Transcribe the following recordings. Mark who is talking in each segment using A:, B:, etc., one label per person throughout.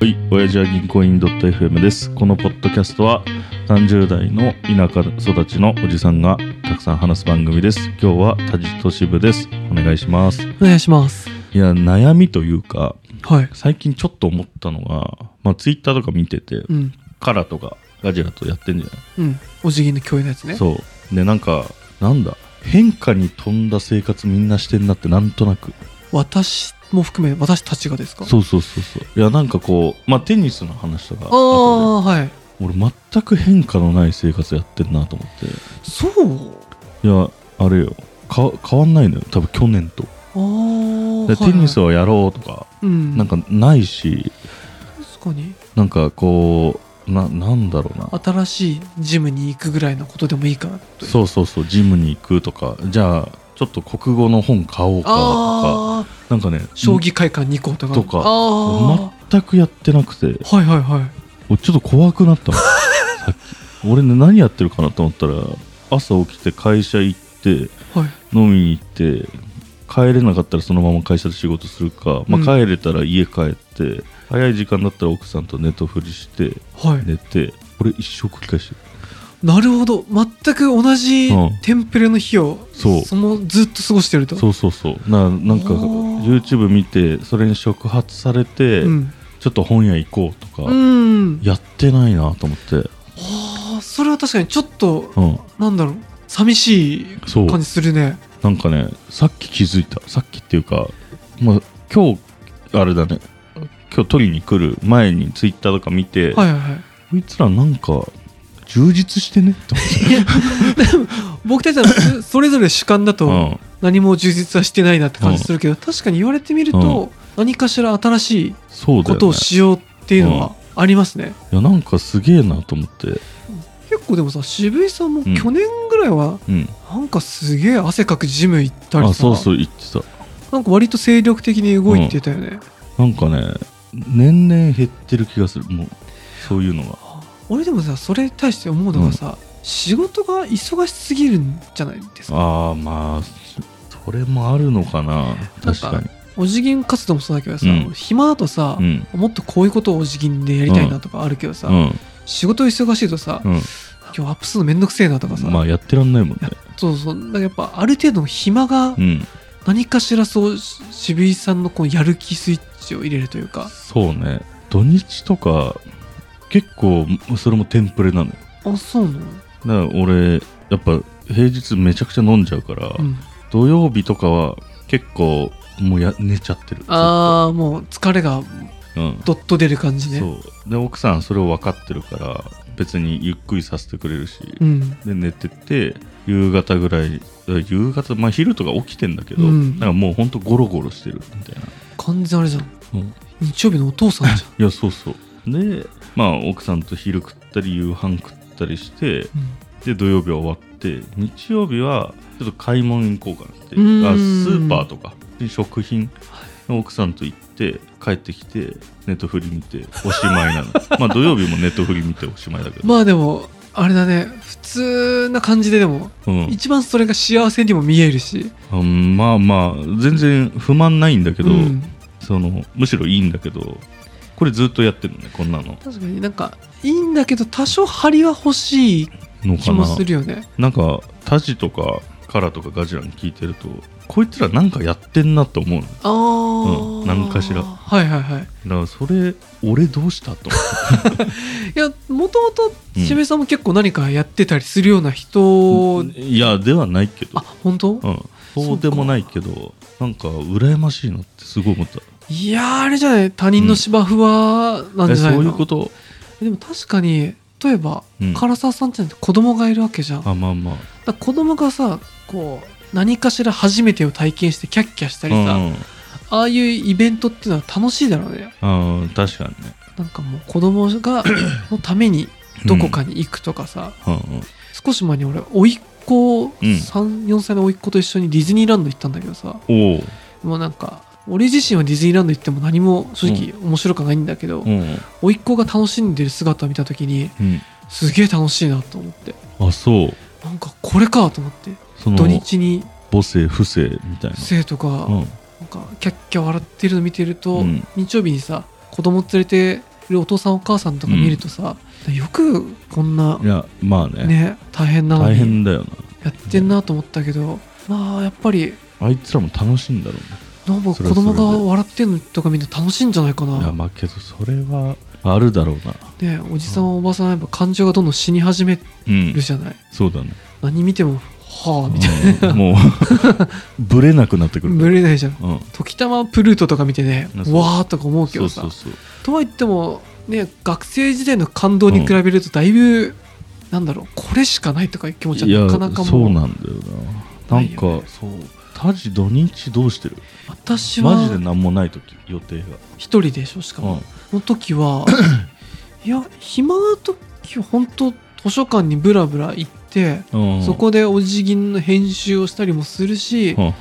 A: はい、親父は銀行員 .fm です。このポッドキャストは30代の田舎育ちのおじさんがたくさん話す番組です。今日は田地都市部です。お願いします。
B: お願いします。
A: いや、悩みというか、
B: はい。
A: 最近ちょっと思ったのが、まあツイッターとか見てて、
B: うん。
A: カラとかガジラとやってんじゃない
B: うん。お辞儀の共有のやつね。
A: そう。で、なんか、なんだ、変化に富んだ生活みんなしてんなってなんとなく。
B: 私も含め、私たちがですか
A: そうそうそうそう。いや、なんかこう、まあテニスの話とか
B: あ
A: 後で
B: あ、はい。
A: 俺全く変化のない生活やってんなと思って
B: そう
A: いやあれよか変わんないのよ多分去年と、
B: ああ。
A: でテニス
B: は
A: をやろうとか、
B: い、うん。
A: なんかないし
B: 確かに。
A: なんかこうななんだろうな
B: 新しいジムに行くぐらいのことでもいいかなという。
A: そうそうそうジムに行くとかじゃあちょっと国語の本買おうかとか
B: ああ。
A: なんかね
B: 将棋会館に行こうとか。
A: とか
B: ああ。は
A: 全くやってなくて
B: いはいはい。
A: 俺ちょっと怖くなったの さっき俺ね何やってるかなと思ったら朝起きて会社行って
B: はい。
A: 飲みに行って帰れなかったらそのまま会社で仕事するか、まあ、
B: うん
A: 帰れたら家帰って、早い時間だったら奥さんと寝とふりして
B: はい。
A: 寝てこれ一生繰り返してる
B: なるほど。全く同じ
A: うん
B: テンプレの日を、
A: そう
B: そのずっと過ごしてると。
A: そうそうそうななんか
B: おー
A: YouTube 見てそれに触発されて、
B: うん。
A: ちょっと本屋行こうとか、
B: うん。
A: やってないなと思って、
B: ああ、それは確かにちょっと
A: うん、
B: なんだろう寂しい
A: そう
B: 感じするね
A: なんかねさっき気づいたさっきっていうか、まあ、今日あれだね今日取りに来る前に Twitter とか見て、
B: はいはいはい
A: こいつらなんか充実してねって思って
B: 僕たちはそそれぞれ主観だと
A: うん
B: 何も充実はしてないなって感じするけど、確かに言われてみる
A: う
B: と何かしら新しい
A: そうだ
B: こ
A: よ、
B: と
A: ね
B: を、しようっていうのはありますね
A: いやなんかすげえなと思って
B: 結構でもさ渋井さんも
A: うん
B: 去年ぐらいは
A: うん
B: なんかすげえ汗かくジム行ったり
A: あ
B: さ、
A: そうそう言ってた
B: なんか割と精力的に動いてたよね、
A: なんかね年々減ってる気がするもうそういうのが
B: 俺でもさそれに対して思うのがさ、仕事が忙しすぎるんじゃないですか
A: ああまあそれもあるのかな
B: なんか
A: 確かに
B: お辞儀活動もそうだけどさ、
A: うん
B: 暇だとさ、
A: うん
B: もっとこういうことをお辞儀でやりたいなとかあるけどさ、
A: うん
B: 仕事忙しいとさ、
A: うん
B: 今日アップするのめんどくせえなとかさ、
A: まあやってらんないもんね
B: そうそうだからやっぱある程度の暇が
A: うん
B: 何かしらそうし渋井さんのこうやる気スイッチを入れるというか
A: そうね土日とか結構それもテンプレなのよ
B: あそうなの
A: だから俺やっぱ平日めちゃくちゃ飲んじゃうから、
B: うん、
A: 土曜日とかは結構もうや寝ちゃってる
B: ああもう疲れが
A: うん
B: どっと出る感じね
A: そうで奥さんそれを分かってるから別にゆっくりさせてくれるし、
B: ん
A: で寝てて夕方ぐらい夕方まあ昼とか起きてんだけど、
B: うん
A: なんかもうほんとゴロゴロしてるみたいな、
B: 完全あれじゃん
A: うん
B: 日曜日のお父さんじゃ ん
A: いやそうそうでまあ奥さんと昼食ったり夕飯食ったりしてで土曜日は終わって日曜日はちょっと買い物に行こうかなって
B: うーん
A: あスーパーとかで食品奥さんと行って帰ってきてネットフリ見ておしまい なのまあ土曜日もネットフリ見ておしまいだけど、
B: まあでもあれだね普通な感じででも
A: うん
B: 一番それが幸せにも見えるし
A: うん、まあまあ全然不満ないんだけど、
B: うん
A: そのむしろいいんだけどこれずっとやってるのねこんなの
B: 確かになんかいいんだけど多少張りは欲しい
A: の
B: 気
A: か
B: も
A: な
B: するよね
A: なんかタジとかカラとかガジラに聞いてるとこいつらなんかやってんなって思うの
B: ああ、
A: うんなんかしら
B: はいはいはい
A: だからそれ俺どうしたと思って
B: いやもともと渋井さんも結構何かやってたりするような人、
A: いやではないけど
B: あ、本当、
A: うん、そうでもないけどなんか羨ましいなってすごい思った
B: いやーあれじゃない他人の芝生はなん
A: え
B: じ
A: そ
B: ゃないうの、
A: いうこと
B: でも確かに例えば、
A: うん
B: 唐沢さんって子供がいるわけじゃんだか
A: あまあまあ
B: ら子供がさこう何かしら初めてを体験してキャッキャしたりさ、
A: うん
B: ああいうイベントっていうのは楽しいだろうね
A: うん、うん確かにね、
B: なんかもう子供 がのためにどこかに行くとかさ、
A: うんうん、
B: 少し前に俺甥っ子、
A: ん
B: 34歳の甥っ子と一緒にディズニーランド行ったんだけどさ
A: おう
B: もうなんか俺自身はディズニーランド行っても何も正直面白くはないんだけど、
A: うん
B: 甥っ子が楽しんでる姿を見た時に
A: うん、
B: すげえ楽しいなと思って
A: あそう
B: なんかこれかと思って
A: その
B: 土日に
A: 母性不正みたいな
B: 生徒が
A: うん
B: なんかキャッキャ笑ってるの見てると、
A: うん
B: 日曜日にさ子供連れているお父さんお母さんとか見るとさ、よくこんない
A: やまあね
B: ね大変なの
A: 大
B: に
A: 変だよな
B: やってんなと思ったけど、まあやっぱり
A: あいつらも楽しいんだろ
B: なんか子
A: それはそれで
B: 供が笑ってんのとかみんな楽しいんじゃないか
A: うねいや
B: な、
A: まあけどそれはあるだろうな
B: ね、おじさんおばさんはやっぱ感情がどんどん死に始め
A: うん
B: るじゃない、
A: そうだね
B: 何見てもはあみた
A: う
B: いな、
A: ん もうブレなくなってくる
B: ぶれないじゃん
A: うん
B: 時たまプルートとか見てね
A: あそう
B: わーとか思うけ
A: そ
B: ど
A: う
B: さ
A: そうそう
B: とはいってもね学生時代の感動に比べるとだいぶ、なんだろうこれしかないとかいう気持ち
A: いや
B: はなかなか
A: そう
B: もう
A: なんだよななんか
B: ないよね
A: そうタジ土日どうしてる
B: 私
A: マジで
B: は
A: 何もない時予定が
B: 一人でしょしかも、の時 はいや暇な時は本当図書館にブラブラ行って、
A: うんうん
B: そこでお辞儀の編集をしたりもするし、
A: うん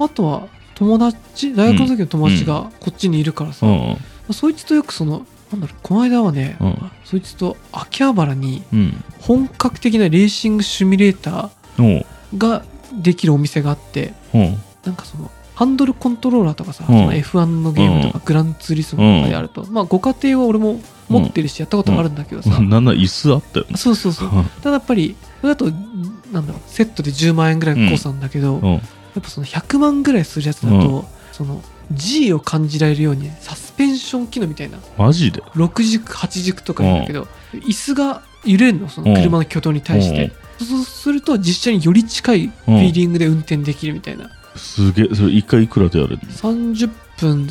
B: あとは友達大学の時の友達がこっちにいるからさ、
A: う
B: ま
A: ん
B: あそいつとよくそのなんだろうこの間はね、
A: うん
B: そいつと秋葉原に
A: うん
B: 本格的なレーシングシミュレータ
A: うんうん
B: ーができるお店があって
A: うん
B: なんかそのハンドルコントローラーとかさ、
A: うん
B: その F1 のゲームとか、
A: う
B: グランツーリスモとかやると、まあご家庭は俺も持ってるしやったことあるんだけどさ、
A: なんなら椅子あったよね
B: そうそうそうただやっぱりそれだとなんだろうセットで10万円ぐらいがコースなんだけど、
A: う
B: や
A: ん
B: っぱその100万ぐらいするやつだと、
A: う
B: その G を感じられるようにサスペンション機能みたいな
A: マジで
B: 6軸8軸とかなんだけど、椅子が揺れるのその車の挙動に対して、そうすると実車により近いフィーリングで運転できるみたいな、
A: すげえそれ一回いくらでやるの
B: 30分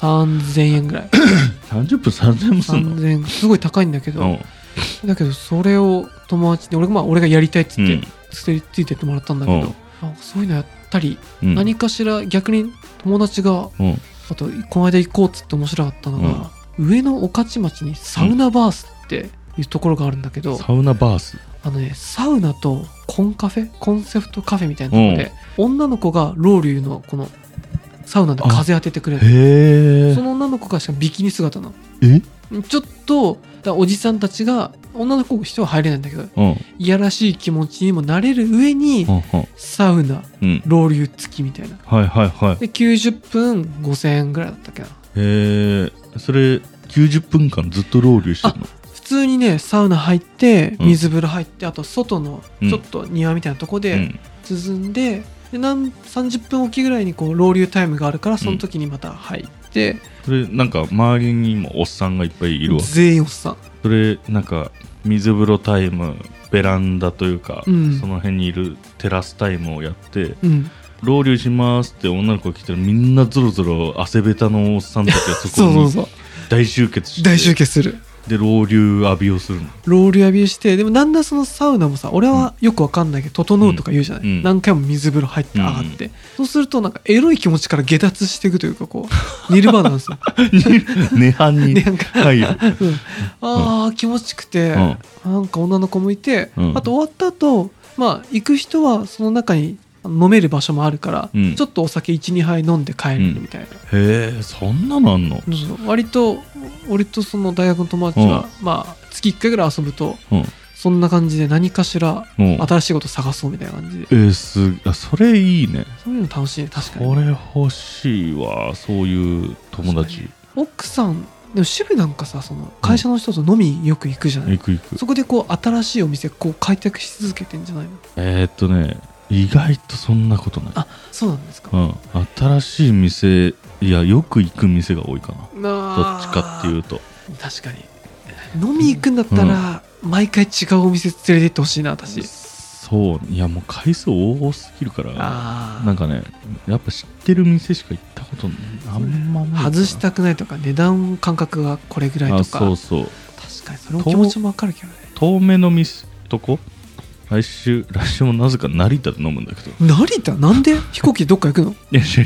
B: 3000円ぐらい
A: 30分3000円すん
B: 3000円すごい高いんだけど、
A: の
B: だけどそれを友達に俺,、まあ、俺がやりたいっつ
A: うん
B: って、ついついてってもらったんだけど、
A: うん
B: なんかそういうのやったり、
A: うん
B: 何かしら逆に友達が
A: うん
B: あとこの間行こうっつって面白かったのが、上野御徒町にサウナバースっていうところがあるんだけど、
A: サウナバース
B: あのねサウナとコンカフェコンセプトカフェみたいなところで、女の子がロウリュのこのサウナで風当ててくれる
A: へ
B: その女の子がしかもビキニ姿な
A: ええ
B: のちょっとだおじさんたちが女の子としては入れないんだけど
A: うんうん
B: いやらしい気持ちにもなれる上に
A: うん
B: サウナ
A: うん
B: ロウリュ付きみたいな
A: はいはいはい
B: で90分5000円ぐらいだったっけな
A: へえそれ90分間ずっとロウリュしてるの
B: 普通にねサウナ入って
A: うん
B: 水風呂入って、あと外の
A: うん
B: ちょっと庭みたいなとこ
A: う
B: で
A: ん
B: 涼んで,、でなん30分おきぐらいにこうロウリュタイムがあるからその時にまた入って、
A: それなんか周りにもおっさんがいっぱいいるわ
B: 全員おっさん
A: それなんか水風呂タイムベランダというか、
B: うん
A: その辺にいるテラスタイムをやって
B: うん
A: 「ロウリュします」って女の子が来たらみんなぞろぞろ汗べたのおっさんたちがそ
B: そうそ
A: こ
B: う
A: に
B: そう
A: 大集結して
B: 大集結する
A: でロウリュ浴びを するの
B: ロウリュ浴びしてでもだんだんそのサウナもさ俺はよくわかんないけど「整う」とか言うじゃない、
A: うん
B: 何回も水風呂入って
A: うん
B: 上がって、そうするとなんかエロい気持ちから下脱していくというかこうニルバーナな んですよ、
A: 涅槃に
B: なんか
A: 入る
B: うんあー気持ちくて、なんか女の子もいて、
A: うん
B: あと終わった後まあ行く人はその中に飲める場所もあるから、
A: うん
B: ちょっとお酒12杯飲んで帰るみたいな、
A: へえそんなのあんの
B: そうそう割と俺とその大学の友達は、まあ月1回ぐらい遊ぶと
A: うん
B: そんな感じで何かしら
A: うん
B: 新しいこと探そうみたいな感じで
A: えー、すあそれいいね
B: そういうの楽しいね確か
A: こ
B: に
A: れ欲しいわそういう友達
B: 奥さんでも主婦なんかさその会社の人と飲みよく行くじゃない、
A: 行く行く
B: そこでこう新しいお店こう開拓し続けてんじゃないの
A: えー、っとね意外とそんなことない
B: あそうなんですか
A: うん、新しい店いやよく行く店が多いかなど
B: ど
A: っちかっていうと
B: 確かに飲み行くんだったら、毎回違うお店連れて行ってほしいな私
A: そういやもう回数多すぎるから
B: あ
A: なんかねやっぱ知ってる店しか行ったことないあんまないか
B: あ
A: な
B: 外したくないとか値段感覚がこれぐらい
A: あ
B: とか
A: そうそう
B: 確かにそれも気持ちもわかるけどね
A: 遠目の店とこ来週来週もなぜか成田で飲むんだけど
B: 成田な んで飛行機どっか行くの
A: いやいやいや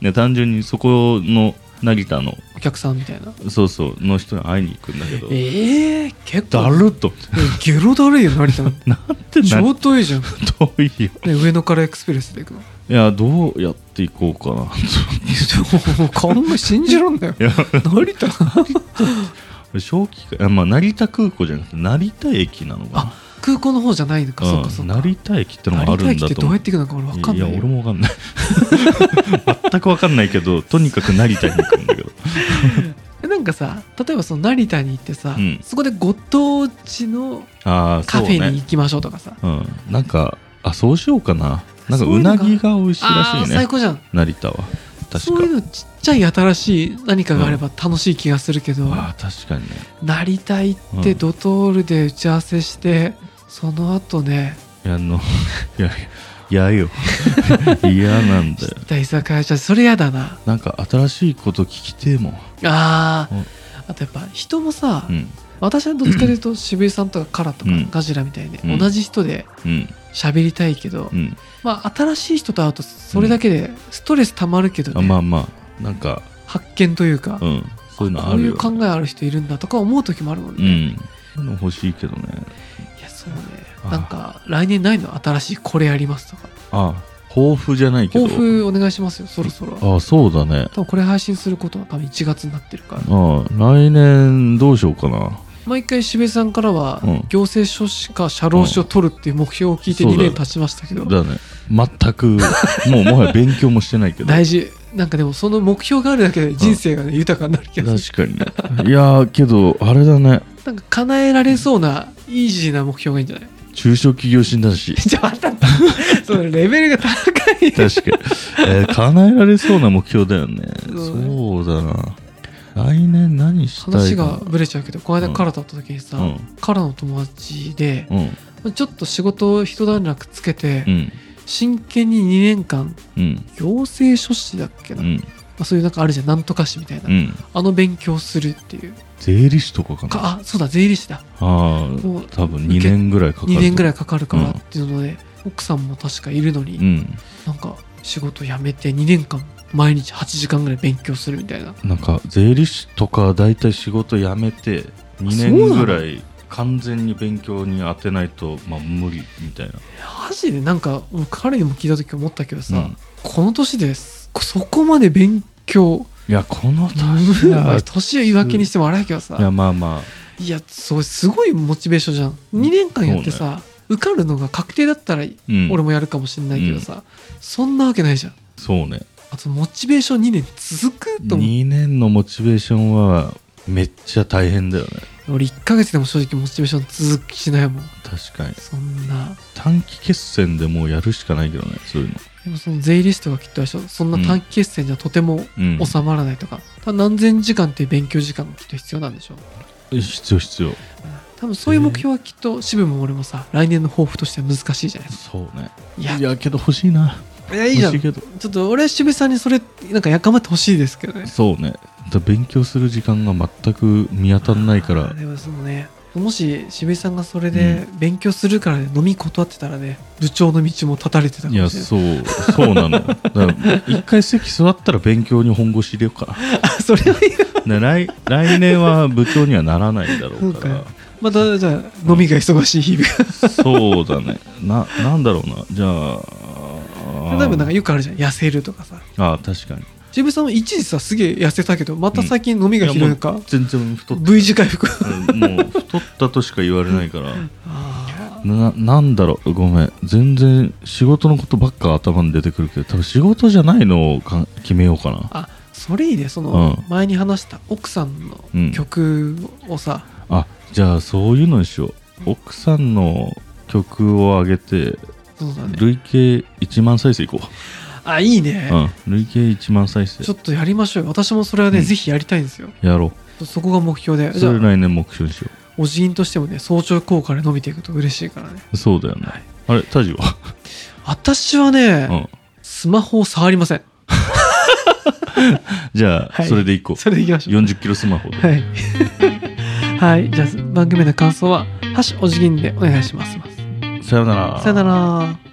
A: いや単純にそこの成田の
B: お客さんみたいな
A: そうそうの人に会いに行くんだけど
B: ええ結
A: だ
B: 構
A: るっと思って
B: ゲロだるいよ成田なんて
A: なんてな
B: 相当いいじゃん、ね、
A: 遠いよ
B: 上野からエクスプレスで行く の
A: いやどうやって行こうかな
B: もう考え信じらんないよ
A: いや
B: 成田
A: 正気かあ、まあ、成田空港じゃなくて成田駅なのか
B: 空港の方じゃないのか、
A: な
B: そううんかそうか
A: 成田駅ってのもあ
B: 成
A: る
B: 田
A: ん
B: 駅
A: だ
B: って
A: と
B: ど
A: 思
B: う
A: う
B: やって行くのか俺わかんないよ
A: や俺もわかんない 全くわかんないけどとにかく成田に行くんだけど
B: えなんかかさ例えばその成田に行ってさ、
A: うん
B: そこでご当地の
A: ああそ
B: カ
A: う
B: フェに
A: ね
B: 行きましょうとかさ、
A: うんなんかあそうしようかななんか
B: そういう
A: う
B: の
A: な
B: が
A: ぎが美味しい
B: あ
A: ら
B: あ
A: しいね
B: 最高じゃん
A: 成田は確
B: そう
A: か
B: いうのちっちゃい新しい何かがあれば楽しい気がするけど、
A: ああ確かにね
B: 成田行って
A: うん
B: ドトールで打ち合わせして、その後ね
A: いやあの いや嫌よ 嫌なんだ
B: 知
A: よ
B: った居酒屋じゃそれやだな
A: なんか新しいこと聞きてえもん
B: あー、
A: うん
B: あとやっぱ人もさ、
A: うん
B: 私はどっちかというと渋井さんとかカラとか
A: うん
B: ガジラみたいで、
A: うん
B: 同じ人で
A: うん
B: 喋りたいけど、
A: うん
B: まあ新しい人と会うとそれだけでストレスたまるけどね、
A: あまあまあなんか
B: 発見というか、
A: うんそういうの
B: こ
A: あ
B: うい
A: る
B: う
A: よ
B: 考えある人いるんだとか思う時もあるもん
A: う
B: ね、い
A: んそういうの欲しいけどね
B: やそうね
A: あー
B: なんか来年ないの新しいこれやりますとか
A: あ抱負じゃないけど
B: 抱負お願いしますよそろそろ
A: あそうだね
B: 多分これ配信することは多分1月になってるから
A: あ来年どうしようかな
B: 毎回渋井さんからは
A: うん
B: 行政書士か社労士を取るっていう目標を聞いて
A: そう
B: 2
A: だよ
B: 年経ちましたけど、
A: だね全くもうもはや勉強もしてないけど
B: 大事なんかでもその目標があるだけで人生がね、豊かになる気がす
A: 確かにねいやーけどあれだね
B: るなんか叶えられそうなイージーな目標がいいんじゃない
A: 中小企業診断 士
B: じゃあまたそのレベルが高い
A: 確 かに、えー叶えられそうな目標だよね
B: うん
A: そうだな来年何したいかな
B: 話がぶれちゃうけどこの間
A: うん
B: カラと会った時にさ、
A: うん
B: カラの友達で
A: うん
B: ちょっと仕事を一段落つけて、
A: うん
B: 真剣に2年間
A: うん
B: 行政書士だっけ
A: う
B: な、ま
A: ん
B: あ、そういうなんかあるじゃんなんとか士みたいな、
A: うん
B: あの勉強するっていう
A: 税理士とかかなあ
B: かあそうだ税理士だ
A: あ
B: もう
A: ー多分2年ぐらいかかる
B: 2年ぐ
A: らい
B: らいかかるから
A: うん
B: っていうので、奥さんも確かいるのに、
A: うん
B: なんか仕事辞めて2年間毎日8時間ぐらい勉強するみたいな
A: なんか税理士とかだいたい仕事辞めて2
B: そう
A: 年
B: なの
A: ぐらい完全に勉強に当てないと、まあ、無理みたいな
B: マジでなんか俺彼にも聞いた時思ったけどさ、
A: うん
B: この年ですそこまで勉強
A: いやこの年は
B: 年を言い訳にしてもあれやけどさ
A: いやまあま
B: いやそうすごいモチベーションじゃん
A: うん
B: 2年間やってさ、受かるのが確定だったら
A: あ、うん、
B: 俺もやるかもしれないけどさ、そんなわけないじゃん
A: そうね
B: あとモチベーション2年続くと思う
A: 2年のモチベーションはめっちゃ大変だよね
B: 俺1ヶ月でも正直モチベーション続きしないもん
A: 確かに
B: そんな
A: 短期決戦でもうやるしかないけどねそういうの
B: でもその税理士とかきっとあれでしょそんな短期決戦じゃとても
A: うん
B: 収まらないとか、ただ何千時間っていう勉強時間がきっと必要なんでしょう
A: 必要必要
B: 多分そういう目標はきっと渋も俺もさ来年の抱負としては難しいじゃないですか
A: そうね
B: いや
A: いやけど欲しいない
B: やいいじゃん
A: 欲しい
B: ち
A: けど
B: ょっと俺は渋さんにそれなんかやかまってほしいですけどね
A: そうねだ勉強する時間が全く見当たらないか
B: あ
A: ら
B: ーでもそのねもし渋井さんがそれで勉強するからね飲み断ってたらね部長の道も断たれてたかも
A: い
B: しれな
A: や
B: い
A: そうそうなのだから一回席座ったら勉強に本腰入れようか
B: あ それはいいよ
A: なで来来年は部長にはならないだろうから
B: またじゃあ飲みが忙しい日々
A: そうだね。な、なんだろうな。じゃあ、
B: が多分 なんかよくあるじゃん痩せるとかさ
A: ああ、確かに。
B: 渋井さんも一時さすげえ痩せたけどまた最近飲みがひどいのか、
A: やもう全然太っ
B: V 字回復
A: た。もう太ったとしか言われないから。
B: あ
A: な、なんだろう。ごめん。全然仕事のことばっか頭に出てくるけど、多分仕事じゃないのをか決めようかな
B: ー。あそれいいねその
A: うん
B: 前に話した奥さんの曲をさ、
A: あ、じゃあそういうのにしよう。奥さんの曲を上げて、
B: そうだね
A: 累計1万再生いこう。
B: あいいね、
A: うん。累計1万再
B: ちょ
A: 生。
B: っとやりましょうよ私もそれはね、
A: うん
B: ぜひやりたいんですよ
A: やろ
B: そこが目標で
A: う。
B: じゃ
A: それ
B: あ
A: 来年目標にしよ
B: お辞儀としてもね早朝効果で伸びていくと嬉しいからね
A: う。そうだよね。
B: はい
A: あれ、タジは
B: 私はね、
A: うん、
B: スマホを触りません
A: じゃあ、
B: はい
A: それでいこう
B: それでいきましょう
A: 40キロスマホで、
B: はい はいじゃあ番組の感想は「ハッシュお辞儀」でお願いします
A: さよなら
B: さよなら